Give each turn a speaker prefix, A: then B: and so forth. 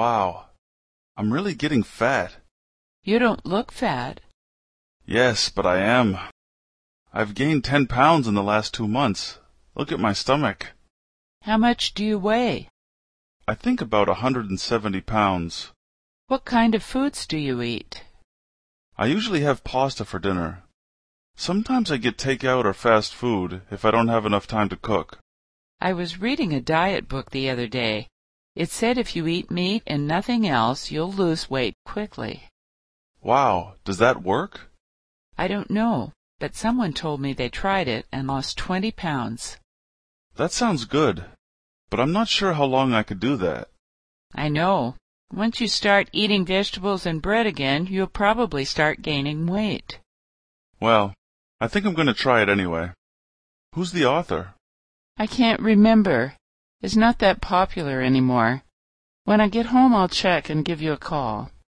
A: Wow, I'm really getting fat.
B: You don't look fat.
A: Yes, but I am. I've gained 10 pounds in the last two months. Look at my stomach.
B: How much do you weigh?
A: I think about 170 pounds.
B: What kind of foods do you eat?
A: I usually have pasta for dinner. Sometimes I get takeout or fast food if I don't have enough time to cook.
B: I was reading a diet book the other day. It said if you eat meat and nothing else, you'll lose weight quickly.
A: Wow, does that work?
B: I don't know, but someone told me they tried it and lost 20 pounds.
A: That sounds good, but I'm not sure how long I could do that.
B: I know. Once you start eating vegetables and bread again, you'll probably start gaining weight.
A: Well, I think I'm going to try it anyway. Who's the author?
B: I can't remember. It's not that popular anymore. When I get home, I'll check and give you a call.